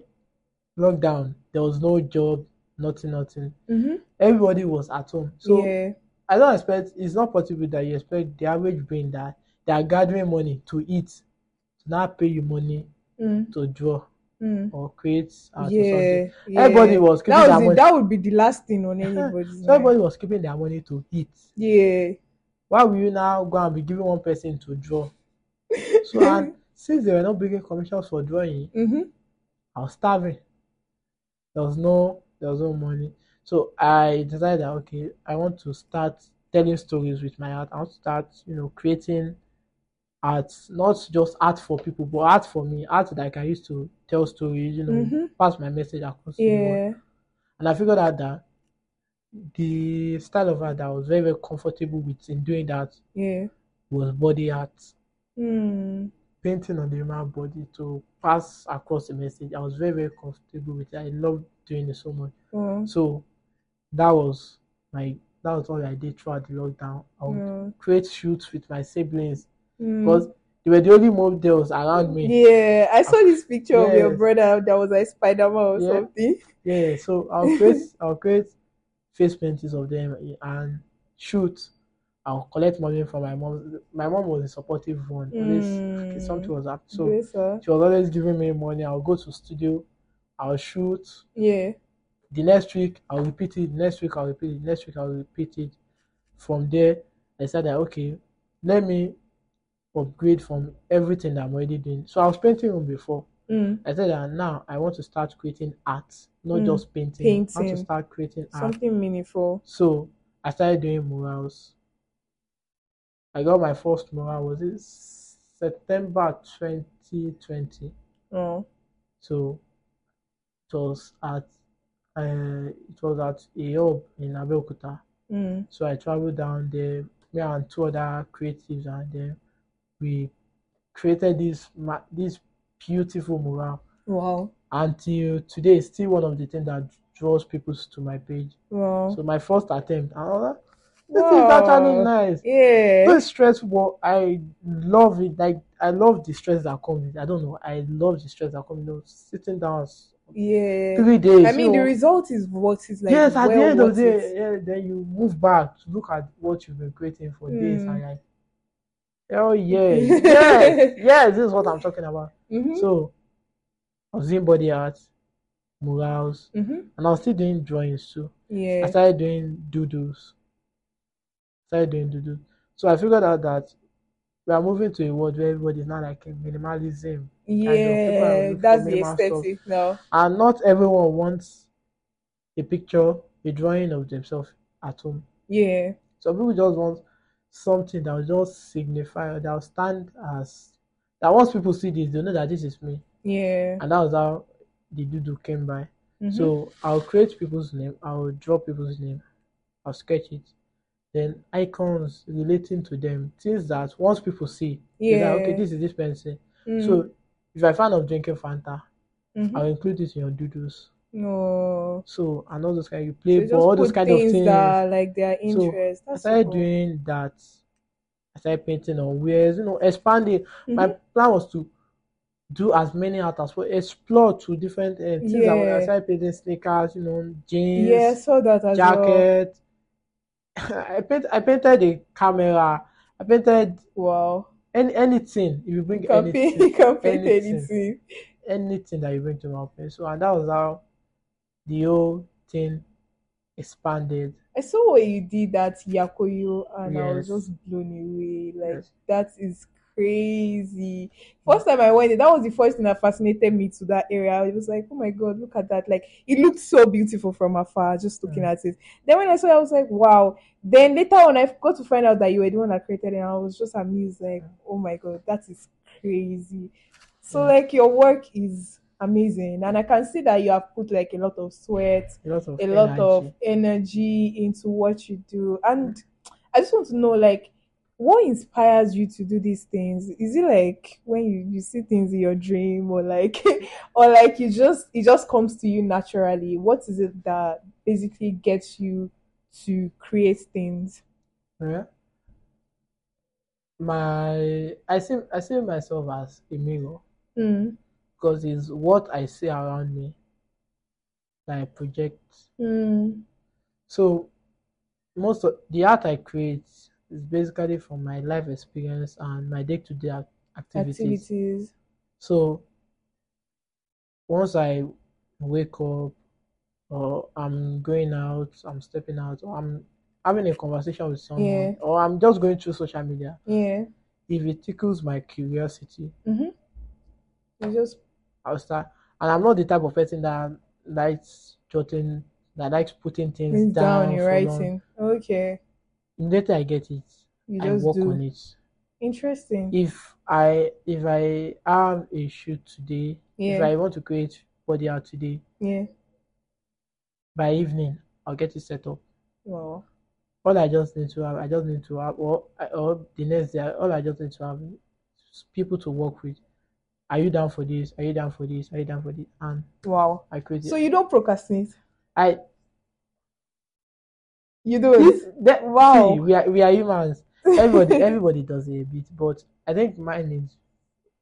A: lockdown, there was no job, nothing, nothing.
B: Mm-hmm.
A: everybody was at home. So
B: Yeah.
A: I don't expect it's not possible that you expect the average brain that they are gathering money to eat to now pay you money
B: Mm.
A: to draw
B: Mm.
A: or create art or something.
B: Yeah.
A: Everybody
B: Yeah.
A: was keeping
B: That
A: their
B: was it.
A: money [LAUGHS]
B: That would be the last thing on anybody's
A: so
B: mind.
A: everybody was keeping their money to eat.
B: Yeah.
A: why will you now go and be giving one person to
B: [LAUGHS]
A: draw? So and since they were not bringing commissions for drawing,
B: Mm-hmm.
A: I was starving. There was no there was no money. So I decided that okay, I want to start telling stories with my art. I want to start, you know, creating art, not just art for people, but art for me, art that I can use to tell stories, you know,
B: Mhm.
A: pass my message across to the world.
B: Yeah.
A: And I figured out that the style of art that I was very, very comfortable with in doing that
B: Yeah.
A: was body art,
B: Mm.
A: painting on the human body to pass across the message. I was very, very comfortable with it. I loved doing it so much.
B: Wow.
A: So that was my that was all I did throughout the lockdown. I would
B: Wow.
A: create shoots with my siblings because
B: Mm.
A: they were the only mob girls around me.
B: Yeah, I saw this picture of your
A: Yes.
B: brother that was like Spider Man or
A: Yeah.
B: something.
A: Yeah, so I'll create
B: [LAUGHS]
A: I'll create face paintings of them and shoot. I'll collect money from my mom. My mom was a supportive one. Always okay,
B: Mm.
A: something was up. So
B: Bless her.
A: she was always giving me money. I'll go to studio, I'll shoot.
B: Yeah.
A: The next week I'll repeat it. Next week I'll repeat it. Next week I'll repeat it. From there, I said that okay, let me upgrade from everything that I'm already doing. So I was painting room before.
B: Mm.
A: I said that now I want to start creating art, not
B: Mm.
A: just painting. I want to
B: Painting.
A: start creating art.
B: Something meaningful.
A: So I started doing murals. I got my first mural was it September 2020.
B: Oh.
A: So it was at uh, it was at a hub in Abeokuta.
B: Mm.
A: So I traveled down there, me and two other creatives, and then we created this ma- this beautiful mural.
B: Wow.
A: until today is still one of the things that draws people to my page.
B: Wow.
A: So my first attempt, I was like, this is actually
B: Wow.
A: nice.
B: Yeah.
A: Very stressful. I love it. Like I love the stress that comes. with it. I don't know. I love the stress that comes. You know, sitting down s-
B: Yeah.
A: three
B: I
A: days. You
B: mean, the
A: know,
B: result is what is like
A: yes. At the
B: well
A: end of
B: worth
A: the
B: it.
A: day, yeah, then you move back to look at what you've been creating for days and
B: Mm.
A: you're like, oh
B: [LAUGHS]
A: yeah, yes,
B: mm-hmm.
A: yes. This is what I'm talking about. So I was doing body art, murals,
B: Mm-hmm.
A: and I was still doing drawings too. I
B: Yeah.
A: started doing doodles. Started doing doodles. So I figured out that we are moving to a world where everybody's not like in minimalism kind of people are
B: Yeah.
A: looking for
B: That's the
A: minimal stuff.
B: aesthetic now.
A: And not everyone wants a picture, a drawing of themselves at home.
B: Yeah.
A: Some people just want something that will just signify that will stand as that once people see this, they know that this is me.
B: Yeah.
A: and that was how the doodle came by.
B: Mm-hmm.
A: So I'll create people's name, I'll draw people's name, I'll sketch it, then icons relating to them, things that once people see, they say, okay,
B: Yeah.
A: this is this person.
B: Mm.
A: So if I find of drinking Fanta,
B: Mm-hmm.
A: I'll include it in your doodles.
B: No.
A: So and all those kind you play
B: So
A: ball,
B: just
A: all those
B: put
A: kind of
B: things that
A: things.
B: are like their
A: So
B: interest.
A: I
B: That's so
A: started
B: cool.
A: doing that. I started painting on wares, you know, expanding. My
B: Mm-hmm.
A: plan was to do as many art as well, explore to different uh, things. I was
B: Yeah.
A: I painting sneakers, you know,
B: Yeah, I
A: jeans,
B: saw that as well.
A: jacket. [LAUGHS] I paint, I painted a camera. I painted
B: Wow.
A: any, anything. If you
B: You
A: bring
B: can paint, [LAUGHS]
A: anything,
B: you can paint
A: anything,
B: anything.
A: anything that you bring to my place. So and that was how the whole thing expanded.
B: I saw what you did at Yakoyo and I was
A: Yes,
B: just blown away. Like
A: yes,
B: that is crazy.
A: yeah,
B: First time I went there, that was the first thing that fascinated me to that area. I was like, oh my god, look at that. Like it looked so beautiful from afar, just looking
A: mm,
B: at it. Then when I saw it, I was like, wow. Then later on I got to find out that you were the one that created it, and I was just amused, like,
A: mm,
B: oh my god, that is crazy. So
A: yeah.
B: like your work is amazing and I can see that you have put like a lot of sweat
A: A lot of
B: a lot of
A: energy.
B: energy into what you do
A: Mm.
B: and i just want to know like what inspires you to do these things is it like when you, you see things in your dream or like [LAUGHS] or like you just it just comes to you naturally what is it that basically gets you to create things
A: Yeah. My, I see, I see myself as a mirror.
B: mm.
A: because it's what I see around me that I project.
B: Mm.
A: So most of the art I create is basically from my life experience and my day-to-day ac- activities.
B: activities
A: So once I wake up or I'm going out, I'm stepping out, or I'm having a conversation with someone,
B: Yeah.
A: or I'm just going through social media,
B: Yeah.
A: if it tickles my curiosity,
B: Mm-hmm. You just
A: I'll start. And I'm not the type of person that likes jotting, that likes putting things
B: things
A: down.
B: down, in
A: for long.
B: writing. Okay.
A: Later, I get it.
B: You
A: I
B: just
A: work
B: do.
A: on it.
B: Interesting.
A: If I if I have a shoot today, if
B: Yeah.
A: I want to create body art today,
B: Yeah.
A: by evening I'll get it set up.
B: Wow.
A: All I just need to have, I just need to have, or, or the next day, all I just need to have is people to work with. Are you down for this? Are you down for this? Are you down for this? And
B: Wow.
A: I create
B: So
A: it.
B: you don't procrastinate.
A: I
B: You do it.
A: this that,
B: Wow.
A: see, we are we are humans. Everybody [LAUGHS] everybody does it a bit, but I think mine is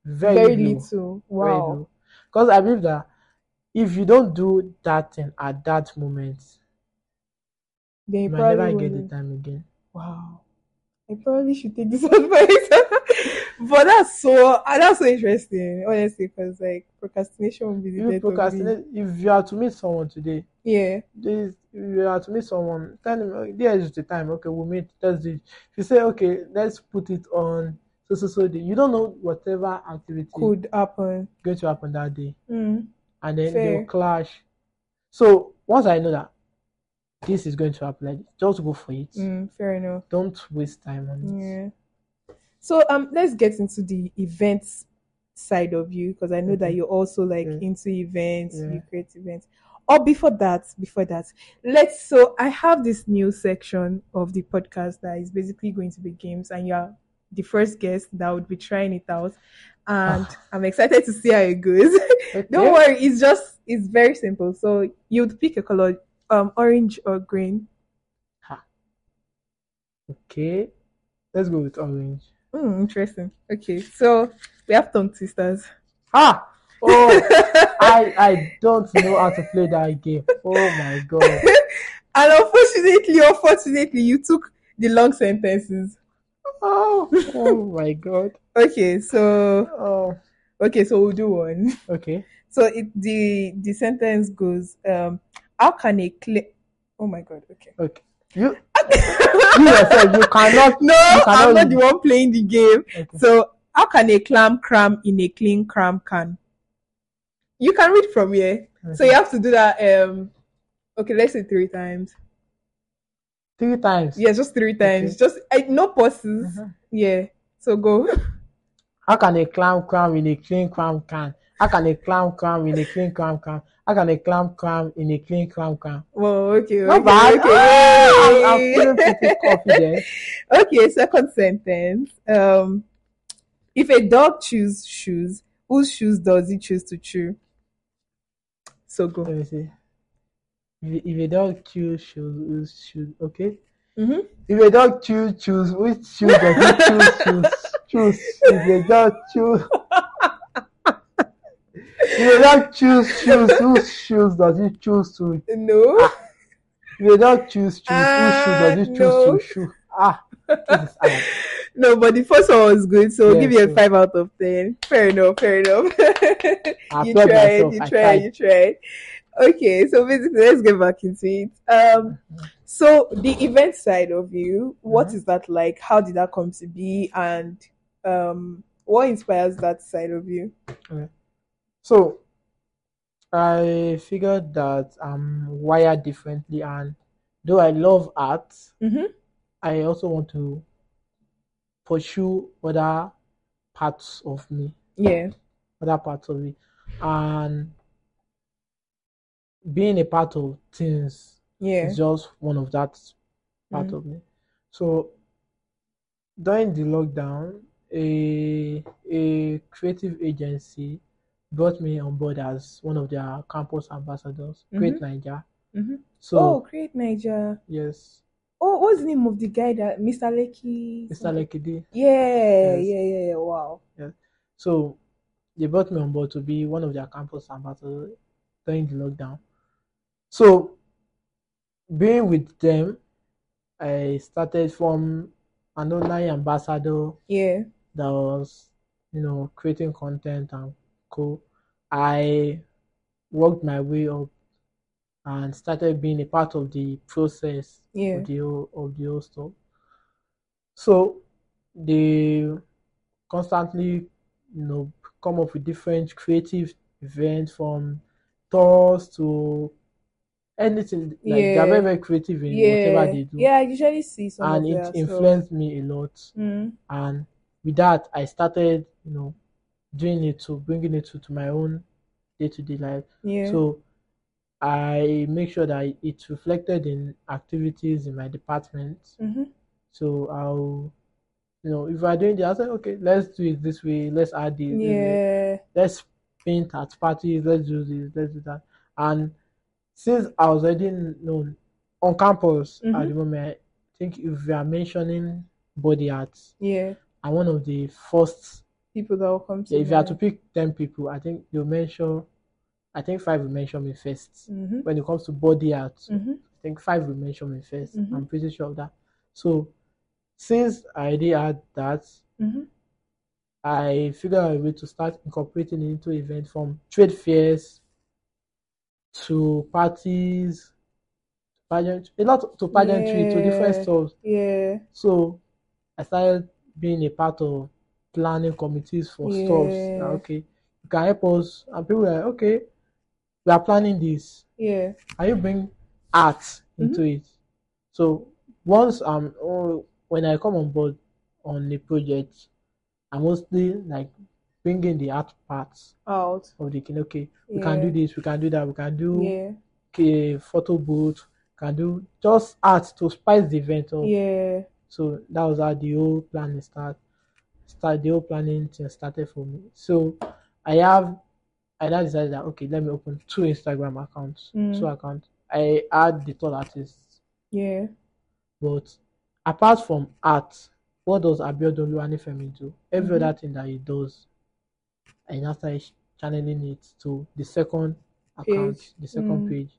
A: very
B: Very
A: low,
B: little.
A: very
B: Wow.
A: Because I believe that if you don't do that thing at that moment,
B: Then
A: you
B: you
A: might never
B: probably
A: get the
B: wouldn't.
A: time again.
B: Wow. I probably should take this [LAUGHS] advice. but that's so uh, that's so interesting, honestly, because like procrastination will be
A: If
B: the
A: you
B: death of
A: procrastinate, if you are to meet someone today,
B: me. Yeah.
A: this if you are to meet someone, tell him "Oh, there is the time. Okay, we'll meet. Let's do. it." If you say okay, let's put it on so so so day. You don't know whatever activity
B: Could happen.
A: going to happen that day,
B: Mm.
A: and then they will
B: Fair.
A: clash. So once I know that this is going to happen, like, just go for it.
B: Mm, fair enough.
A: Don't waste time on it.
B: Yeah. So um, let's get into the events side of you because I know that
A: Okay.
B: you're also like
A: Mm-hmm. Yeah.
B: into events,
A: Yeah.
B: you create events. Or before that, before that, let's. So I have this new section of the podcast that is basically going to be games, and you're the first guest that would be trying it out, and
A: Ah.
B: I'm excited to see how it goes. [LAUGHS] Don't
A: Okay.
B: worry, it's just it's very simple. So you'd pick a color, um, orange or green.
A: Ha. Okay. Let's go with orange.
B: Mm, interesting. Okay, so we have tongue twisters.
A: Ha!
B: Ah! [LAUGHS]
A: Oh, I I don't know how to play that game. Oh my god.
B: [LAUGHS] And unfortunately, unfortunately, you took the long sentences.
A: Oh, oh my god.
B: Okay, so
A: Oh,
B: okay, so we'll do one. [LAUGHS]
A: okay.
B: So it the the sentence goes, um, how can a clear? Oh my god, okay.
A: Okay. You you yourself you cannot
B: no,
A: you
B: I'm
A: cannot
B: not the one playing the game.
A: okay.
B: So how can a clam cram in a clean cram can? You can read from here. So you
A: okay.
B: have to do that. Um, okay, let's say three times.
A: Three times.
B: Yeah, just three times.
A: Okay.
B: Just I, no pauses.
A: Mhm.
B: Yeah. So go.
A: How can a clam cram in a clean cram can? How can a clam cram in a clean cram can? How can a clam cram in a clean cram can?
B: Well, okay,
A: Not
B: okay,
A: bad. Ah, I'm, I'm feeling pretty
B: okay.
A: confident.
B: [LAUGHS] okay, second sentence. Um, if a dog chooses shoes, whose shoes does he choose to chew? So go.
A: Let me see. If, if a dog choose shoes, which shoes? Okay.
B: Mm-hmm.
A: If a dog choose choose, which shoe does he choose choose choose? If a dog choose, if a dog choose choose, whose shoes does he choose to?
B: No.
A: If a dog choose choose, whose shoe
B: Ah,
A: does he choose
B: no.
A: to shoe? Ah, this is hard.
B: No, but the first one was good, so I'll
A: Yeah,
B: give you a
A: so
B: five out of ten. Fair enough, fair enough.
A: I
B: you
A: applaud
B: tried,
A: myself.
B: you
A: I
B: tried,
A: tried.
B: you tried. Okay, so basically, let's get back into it. Um, so the event side of you, what
A: Mhm.
B: is that like? How did that come to be, and um, what inspires that side of you?
A: Okay. So I figured that I'm wired differently, and though I love art,
B: Mm-hmm.
A: I also want to pursue other parts of me,
B: Yeah.
A: other parts of me, and being a part of things
B: Yeah.
A: is just one of that part
B: Mm.
A: of me. So during the lockdown, a a creative agency brought me on board as one of their campus ambassadors, Great
B: Mm-hmm.
A: Niger.
B: Mm-hmm. Oh,
A: So
B: great, Niger.
A: yes,
B: Oh, what's the name of the guy that Mr. Lecky
A: Mr.
B: something?
A: Lekidi,
B: Yeah,
A: yes,
B: yeah, yeah, yeah. Wow.
A: yes. So they brought me on board to be one of their campus ambassadors during the lockdown. So being with them, I started from an online ambassador
B: Yeah.
A: that was, you know, creating content and cool. I worked my way up and started being a part of the process
B: Yeah.
A: of the whole, of the whole stuff. So they constantly, you know, come up with different creative events from tours to anything. Like they
B: Yeah.
A: are very very creative in whatever they do,
B: Yeah, I usually see some
A: and
B: of
A: it
B: that.
A: influenced me a lot.
B: So. Mm.
A: And with that, I started, you know, doing it to bringing it to, to my own day to day life.
B: Yeah.
A: So I make sure that it's reflected in activities in my department.
B: Mhm.
A: So I'll, you know, if we're doing this, I say, okay, let's do it this way. Let's add this. this, this.
B: Yeah.
A: Let's paint at parties. Let's do this. Let's do that. And since I was already known on campus
B: Mm-hmm.
A: at the moment, I think if we are mentioning body art,
B: Yeah.
A: I'm one of the first.
B: People that will come to
A: If you had to
B: mind.
A: pick ten people, I think you'll mention. I think five will mention me 1st
B: Mhm.
A: When it comes to body art,
B: Mhm.
A: I think five will mention me 1st i
B: Mhm.
A: I'm pretty sure of that. So since I already had that,
B: Mhm.
A: I figured out a way to start incorporating it into events from trade fairs to parties, pageant, a lot to pageantry to different
B: Yeah.
A: stuff.
B: Yeah.
A: So I started being a part of planning committees for stuffs.
B: Yeah.
A: Like, okay, you can help us, and people were like, okay, we are planning this.
B: Yeah.
A: Can you bring art into
B: Mm-hmm.
A: it? So once I'm oh, when I come on board on a project, I mostly like bringing the art parts
B: Out.
A: of the thing. Okay, we can
B: Yeah.
A: do this, we can do that, we can do
B: Yeah.
A: okay, photo booth, can do just art to spice the event up.
B: Yeah.
A: So that was how the whole planning start start the whole planning thing started for me. So I have I now decided that okay, let me open two Instagram accounts.
B: Mm.
A: Two accounts. I add the tall artists.
B: Yeah.
A: But apart from art, what does Abiodun Oluwanifemi do? Every
B: Mhm.
A: other thing that he does, I now started sh- channeling it to the second account,
B: Page.
A: the second
B: Mm.
A: page.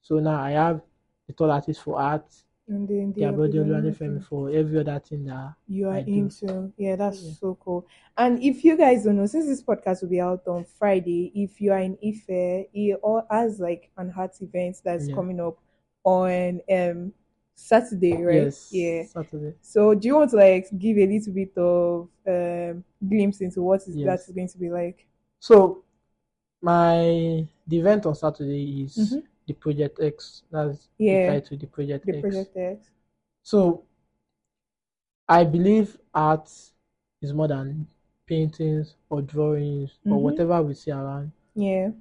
A: So now I have the tall artist for art,
B: And then
A: the
B: they will be
A: Abiodun
B: learning
A: Oluwanifemi
B: from
A: for every other thing that
B: you are
A: I do.
B: into. Yeah, that's
A: Yeah.
B: so cool. And if you guys don't know, since this podcast will be out on Friday, if you are in Ife, he all has like an art event that's
A: Yeah.
B: coming up on um Saturday, right?
A: Yes.
B: Yeah.
A: Saturday.
B: So do you want to like give a little bit of um glimpse into what is that
A: Yes.
B: is going to be like?
A: So my the event on Saturday is
B: Mhm.
A: the Project X. That's
B: Yeah.
A: the title, the Project
B: The
A: X.
B: Project X.
A: So I believe art is more than paintings or drawings or
B: Mhm.
A: whatever we see around.
B: Yeah.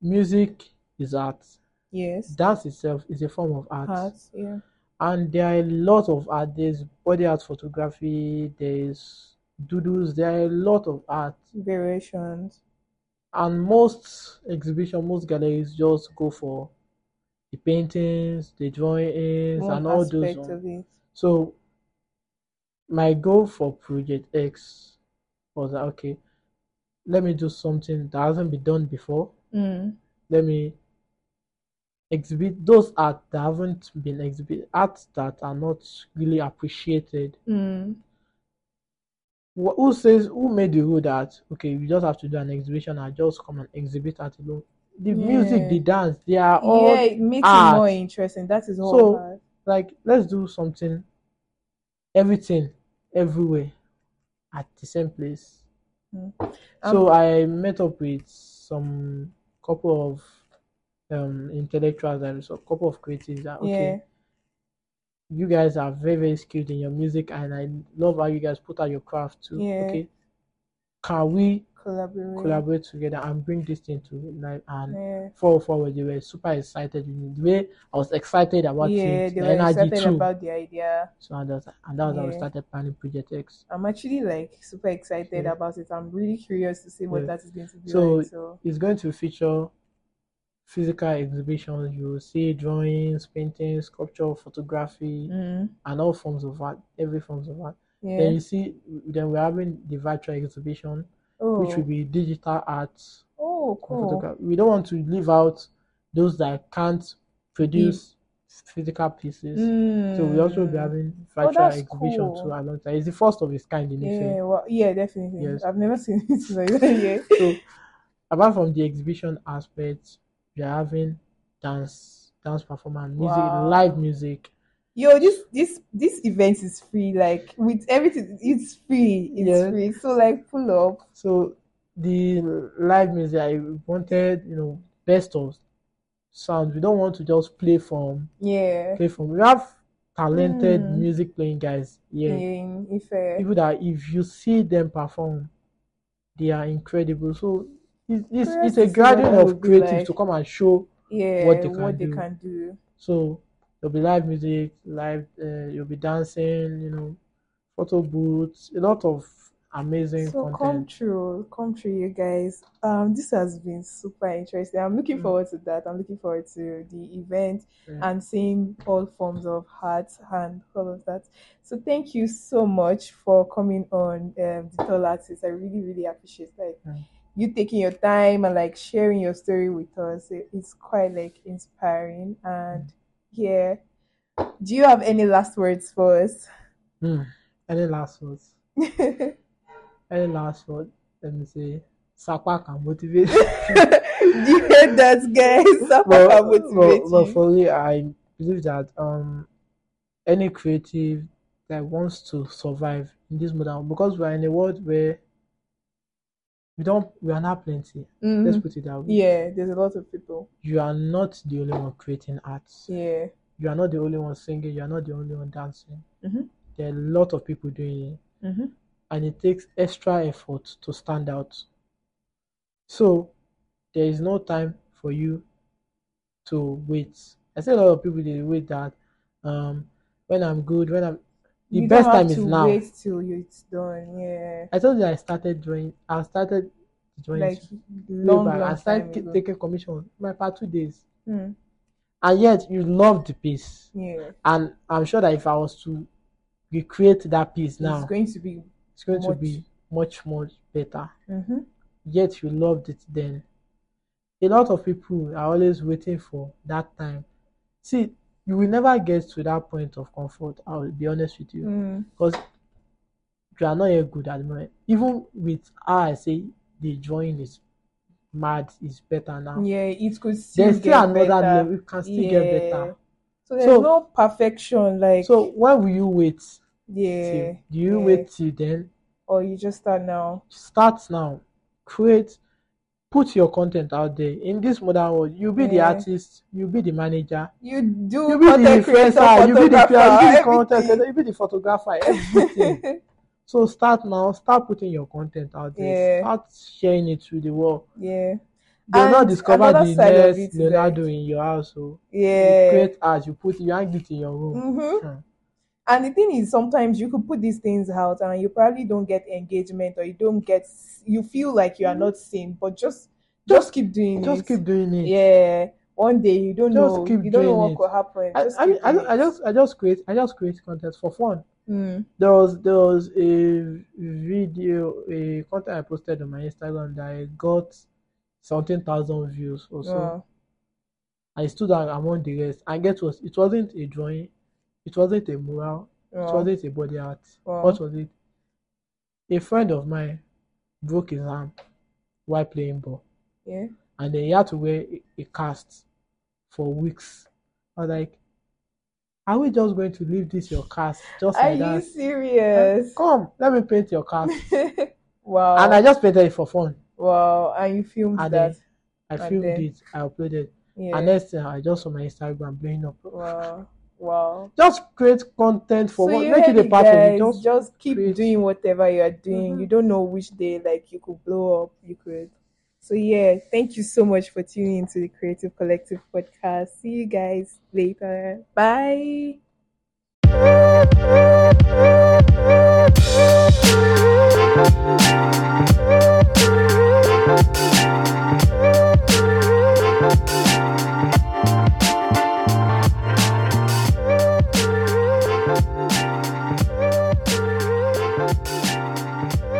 A: Music is art.
B: Yes.
A: Dance itself is a form of art.
B: Art. Yeah.
A: And there are a lot of art. There's body art photography, there's doodles, there are a lot of art.
B: Variations.
A: and most exhibition most galleries just go for the paintings the drawings
B: One
A: and all those
B: aspect
A: ones
B: of it.
A: so my goal for project x was that okay let me do something that hasn't been done before
B: Mm.
A: let me exhibit those art that haven't been exhibited art that are not really appreciated
B: Mm.
A: Wh- who says who made the rule that okay you just have to do an exhibition and just come and exhibit art alone the music
B: Yeah.
A: the dance they are all
B: yeah it makes it
A: art
B: more interesting that is all
A: So-
B: art.
A: like let's do something everything everywhere at the same place
B: Mm.
A: so i met up with some couple of um intellectuals and so couple of creatives that okay you guys are very very skilled in your music and i love how you guys put out your craft too
B: Yeah.
A: okay can we
B: yeah collaborate
A: collaborate together and bring this thing to life and
B: Mm. yeah
A: fall forward they were super excited in the way i was excited about
B: yeah
A: it
B: they
A: the
B: were
A: energy
B: excited
A: too
B: about the idea
A: so and that's and that was how we
B: Yeah.
A: started planning project x
B: i'm actually like super excited
A: Yeah.
B: about it i'm really curious to see what
A: Yeah.
B: that is going to be
A: So-
B: like so
A: It's going to feature physical exhibitions. You will see drawings, paintings, sculpture, photography,
B: mm.
A: and all forms of art, every forms of art.
B: yeah
A: Then you see, then we're having the virtual exhibition, which will
B: oh
A: be digital art.
B: oh cool
A: Photography. We don't want to leave out those that can't produce physical pieces. So we also be
B: Mm.
A: having
B: Oh,
A: virtual
B: that's
A: exhibition
B: cool.
A: too alongside. It's the first of its kind in Ife.
B: yeah well yeah definitely
A: Yes.
B: i've never [LAUGHS] seen it like that yeah
A: So apart from the exhibition aspect, we are having dance dance performance, music,
B: Wow.
A: live music.
B: Yo, this this this event is free. Like with everything, it's free. It's
A: Yeah.
B: free. So like pull up.
A: So the live music I wanted, you know, best of sound. We don't want to just play from
B: Yeah.
A: play from. We have talented
B: Mm.
A: music playing guys here.
B: In Ife.
A: People that if you see them perform, they are incredible. So it's it's,
B: Curious
A: it's
B: to
A: a
B: see
A: gathering
B: what it
A: of
B: would be
A: creatives
B: like.
A: to come and show.
B: Yeah,
A: What they
B: what
A: can
B: they
A: do.
B: can do.
A: So there'll be live music, live uh, you'll be dancing, you know, photo booths, a lot of amazing
B: So come
A: content.
B: true, come true, you guys. Um, this has been super interesting. I'm looking
A: Mm.
B: forward to that. I'm looking forward to the event
A: Yeah.
B: and seeing all forms of heart and all of that. So thank you so much for coming on um, the Tall Artist. I really, really appreciate like
A: Mm.
B: you taking your time and like sharing your story with us. It- It's quite like inspiring.
A: Mm.
B: And yeah, do you have any last words for us? [LAUGHS]
A: Mm. Any last words? Any last word? Let me see. Sapa can motivate.
B: [LAUGHS] Do you hear that, guys? [LAUGHS] Sapa
A: but,
B: can motivate
A: but, but
B: you.
A: for me, I believe that um any creative that wants to survive in this modern because we are in a world where we don't we are not plenty.
B: Mhm.
A: Let's put it that way.
B: Yeah, there's a lot of people.
A: You are not the only one creating art.
B: Yeah.
A: you are not the only one singing, you are not the only one dancing.
B: Mhm.
A: There are a lot of people doing it,
B: Mhm.
A: and it takes extra effort to stand out. So there is no time for you to wait. I see a lot of people they wait that um when I'm good, when I'm the
B: you
A: best
B: don't have
A: time is
B: to
A: now.
B: wait till you- it's done. Yeah.
A: I told you I started drawing. I started drawing
B: Like
A: way
B: long,
A: back.
B: long
A: I
B: time
A: started ki-
B: ago.
A: taking commission my part two days,
B: Mm.
A: and yet you love the piece.
B: Yeah.
A: And I'm sure that if I was to recreate that piece now,
B: It's going to be.
A: it's going to
B: much-
A: be much much better
B: Mhm.
A: yet you loved it then a lot of people are always waiting for that time see you will never get to that point of comfort i will be honest with you
B: Mm.
A: because you are not yet good at the moment even with how i say the drawing is mad is better now
B: Yeah, it could still
A: there's still
B: get
A: another
B: better.
A: level you can still get
B: Yeah.
A: better
B: So there's
A: So-
B: no perfection. Like
A: so why will you wait
B: yeah.
A: till do you
B: yeah.
A: wait till then
B: Or you just start now.
A: start now create put your content out there in this modern world you be the
B: Yeah.
A: artist you be the manager
B: You do
A: you be the
B: content creator,
A: influencer you be the player you be the
B: photographer,
A: content creator
B: everything.
A: you be the photographer everything
B: [LAUGHS]
A: so start now start putting your content out there
B: Yeah.
A: start sharing it to the world
B: yeah.
A: they will not
B: And
A: discover
B: another
A: the
B: side of
A: next
B: it is
A: leonardo
B: like-
A: in your house o you
B: Yeah.
A: create art you put it you hang it in your room
B: Mm-hmm.
A: Hmm.
B: And the thing is, sometimes you could put these things out and you probably don't get engagement or you don't get, you feel like you are not seen, but just just keep doing
A: just
B: it.
A: keep doing it
B: Mm, Yeah. One day you don't
A: Just
B: know,
A: keep
B: you don't know
A: doing
B: what
A: it.
B: could happen.
A: I,
B: just
A: I,
B: keep
A: I,
B: doing
A: I
B: it.
A: just I just create I just create content for fun
B: Mm.
A: there was there was a video a content I posted on my Instagram that I got seventeen thousand views or so.
B: Wow.
A: I stood out among the rest. And guess what? It wasn't a drawing, it wasn't a mural, it
B: Wow.
A: wasn't a body art.
B: Wow.
A: What was it? A friend of mine broke his arm while playing ball,
B: Yeah.
A: and then he had to wear a, a cast for weeks. I was like, "Are we just going to leave this your cast just
B: Are
A: like
B: you
A: that?
B: serious?
A: Come, let me paint your
B: [LAUGHS]
A: cast."
B: wow.
A: and I just painted it for fun.
B: Wow. And you filmed
A: and
B: that.
A: then I
B: And
A: filmed
B: then-
A: it, I uploaded,
B: Yeah.
A: and next thing I just saw my Instagram blowing up.
B: Wow. Wow.
A: Just create content for
B: so
A: what,
B: you
A: make
B: heard
A: it a
B: it,
A: part
B: guys.
A: of it.
B: Just,
A: Just
B: keep
A: create-
B: doing whatever you are doing.
A: Mhm.
B: You don't know which day, like you could blow up. You could. So yeah, thank you so much for tuning into the Creative Collective podcast. See you guys later. Bye.